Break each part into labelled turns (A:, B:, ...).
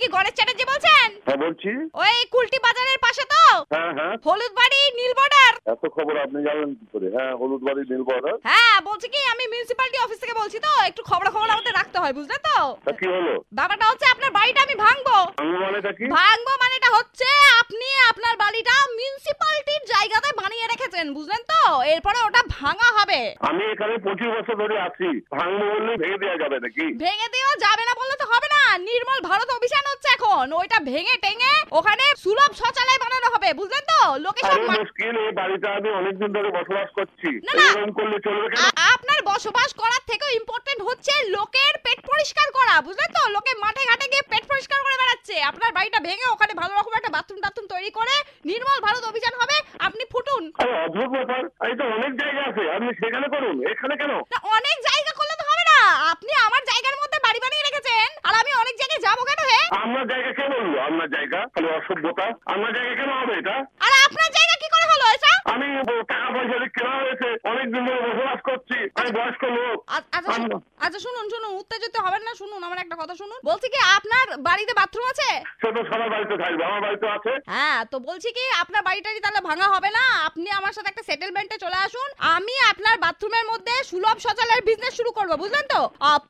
A: কি গণেশ চ্যাটার্জি বলছেন
B: হ্যাঁ বলছি
A: ওই কুলটি বাজারের পাশে তো
B: হ্যাঁ হ্যাঁ
A: হলুদ বাড়ি নীল বর্ডার
B: এত খবর আপনি জানেন কি করে হ্যাঁ হলুদ বাড়ি নীল বর্ডার
A: হ্যাঁ বলছি কি আমি মিউনিসিপালিটি অফিস থেকে বলছি তো একটু খবর খবর আমাদের রাখতে হয় বুঝলে তো
B: তা কি হলো
A: ব্যাপারটা হচ্ছে আপনার বাড়িটা আমি ভাঙবো
B: আমি মানেটা কি
A: ভাঙবো মানে এটা হচ্ছে আপনি আপনার বাড়িটা মিউনিসিপালিটির জায়গাতে বানিয়ে রেখেছেন বুঝলেন তো এরপরে ওটা ভাঙা হবে
B: আমি এখানে পঁচিশ বছর ধরে আছি ভাঙবো বললে ভেঙে দেওয়া যাবে নাকি
A: ভেঙে দেওয়া যাবে না বললে তো হবে না নির্মল ভারত অভিযান হচ্ছে এখন ওইটা ভেঙে টেঙে ওখানে সুলভ শৌচালয় বানানো হবে বুঝলেন তো লোকে সব
B: আরে
A: মা-
B: মুশকিল এই বাড়িটা আমি অনেকদিন ধরে বসবাস করছি
A: না, না।
B: এরকম করলে চলবে কেন
A: আ- আপনার বসবাস করার থেকেও ইম্পর্টেন্ট হচ্ছে লোকের পেট পরিষ্কার করা বুঝলেন তো লোকে মাঠে ঘাটে গিয়ে পেট পরিষ্কার করে বেড়াচ্ছে আপনার বাড়িটা ভেঙে ওখানে ভালো রকম একটা বাথরুম টাথরুম তৈরি করে নির্মল ভারত অভিযান হবে আপনি ফুটুন
B: আরে অদ্ভুত ব্যাপার এই তো অনেক জায়গা আছে আপনি সেখানে করুন এখানে কেন
A: না, অনেক জায়গা করলে তো হবে না আপনি আমার জায়গার মধ্যে বাড়ি বানিয়ে রেখেছেন আর আমি অনেক জায়গায় যাবো কেন হে
B: আপনার জায়গা কে বললো আপনার জায়গা তাহলে অসভ্যতা আপনার জায়গা কেন হবে এটা
A: আর আপনার জায়গা কি করে হলো এটা
B: আমি টাকা পয়সা দিয়ে কেনা হয়েছে অনেকদিন ধরে বসবাস করছি আমি বয়স্ক লোক
A: আ- আচ্ছা শুনুন,
B: আমরা-
A: আচ্ছা শুনুন শুনুন উত্তেজিত হবেন না শুনুন আমার একটা কথা শুনুন বলছি কি আপনার বাড়িতে বাথরুম আছে
B: সে তো সবার বাড়িতে থাকবে আমার বাড়িতে আছে
A: হ্যাঁ তো বলছি কি আপনার বাড়িটারি তাহলে ভাঙা হবে না আপনি আমার সাথে একটা সেটেলমেন্টে চলে আসুন আমি আপনার বাথরুমের মধ্যে সুলভ শৌচালয়ের বিজনেস শুরু করব বুঝলেন তো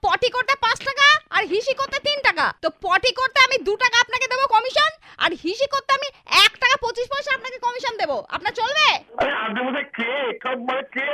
A: পটি করতে পাঁচ টাকা আর হিসি করতে তিন টাকা তো পটি করতে আমি দু টাকা আপনাকে দেবো কমিশন আর হিসি করতে আমি এক টাকা পঁচিশ পয়সা আপনাকে কমিশন দেবো আপনার চলবে
B: আরে আপনি মধ্যে কে সব মানে কে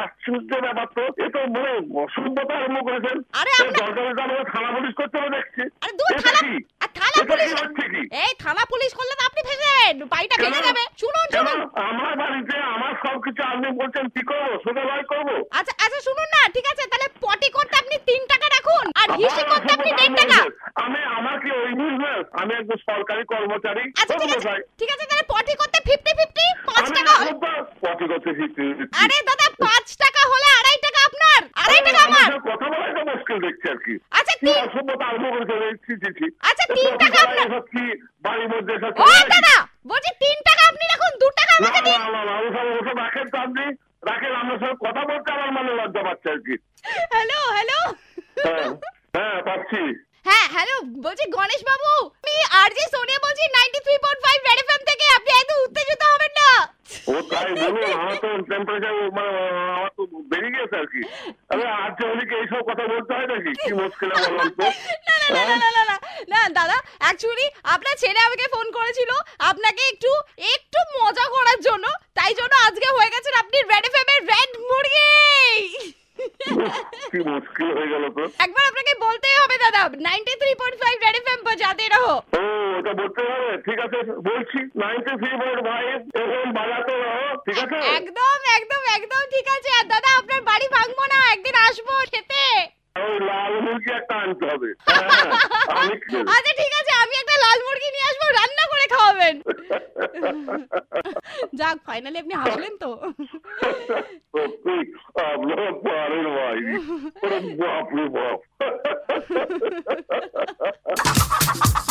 B: আশ্চর্য ব্যাপার তো এ তো মানে অসভ্যতা আরম্ভ করেছেন
A: আরে
B: এর
A: আপনা-
B: দরকার হলে তো আমাকে থানা পুলিশ করতে হবে দেখছি
A: আরে দূর
B: এটা
A: থানা
B: কি?
A: আর থানা
B: এটা কি
A: পুলিশ
B: হচ্ছে কি?
A: এই থানা পুলিশ করলে তো আপনি ভেসে যাবেন বাড়িটা
B: কেন?
A: ভেঙে যাবে শুনুন
B: কেন?
A: শুনুন
B: আমার বাড়িতে আমার সবকিছু আপনি বলছেন কি করবো সোজা বাই করবো
A: আচ্ছা আচ্ছা শুনুন না ঠিক আছে তাহলে পটি করতে আপনি তিন টাকা রাখুন আর হিসি করতে আপনি দেড় টাকা
B: আমি আমার কি ওই বিজনেস আমি একজন সরকারি কর্মচারী
A: আচ্ছা ঠিক আছে
B: কর্মচারী
A: ঠিক আছে তাহলে পটি করতে ফিফটি ফিফটি পাঁচ
B: আমি
A: টাকা হল-
B: অসভ্য। পটি করতে শিখতে দিচ্ছি।
A: আরে দাদা পাঁচ টাকা হলে আড়াই টাকা আপনার আড়াই টাকা
B: আমার
A: আমার
B: সাথে কথা বলাই তো মুশকিল দেখছি আর কি
A: আচ্ছা
B: কি
A: তিন
B: অসভ্যতা আরম্ভ করেছে দেখছি চিঠি
A: আচ্ছা, তিন টাকা আপনার-
B: কি বাড়ির মধ্যে এসব
A: ও
B: চলে নাকি?
A: দাদা বলছি তিন টাকা আপনি রাখুন দু টাকা
B: না,
A: আমাকে
B: না,
A: দিন
B: না, না, ওসব- ওসব রাখেন তো আপনি। রাখেন, আপনার সাথে কথা বলতে আমার মানে লজ্জা পাচ্ছে আর কি।
A: হ্যালো হ্যালো
B: হ্যাঁ, হ্যাঁ, পাচ্ছি।
A: হ্যাঁ হ্যালো বলছি গণেশ বাবু আমি আরজে সোনিয়া বলছি 93.5 রেড এফএম থেকে আপনি এত উত্তেজিত হবেন না
B: ও তাই বলুন, আমার তো temperature মানে আমার তো বেড়ে গেছে আর কি। আরে, আর যে অনেকে এইসব কথা বলতে হয় নাকি? কি মুশকিলে বলুন তো? হ্যাঁ?
A: না না না, না না না না না দাদা অ্যাকচুয়ালি আপনার ছেলে আমাকে ফোন করেছিল আপনাকে একটু একটু মজা করার জন্য তাই জন্য আজকে হয়ে গেছেন আপনি রেড এফএম এর রেড মুরগি
B: কি মুশকিল হয়ে গেল তো
A: একবার আপনাকে বলতেই হবে দাদা 93.5 রেড এফএম বাজাতে রহো
B: ও ওটা বলতে হবে ঠিক আছে বলছি নাইনটি থ্রি পয়েন্ট ফাইভ এখন বাজাতে রহো ঠিক আছে
A: একদম একদম একদম ঠিক আছে আর দাদা আপনার বাড়ি ভাঙবো না একদিন আসবো খেতে
B: ওই লাল মুরগি একটা আনতে হবে হ্যাঁ, আমি কি-
A: আচ্ছা ঠিক আছে আমি একটা লাল মুরগি নিয়ে আসবো রান্না করে খাওয়াবেন যাক ফাইনালি আপনি হাসলেন তো
B: সত্যি আপনারা পারেন ভাই ওরে বাপ রে বাপ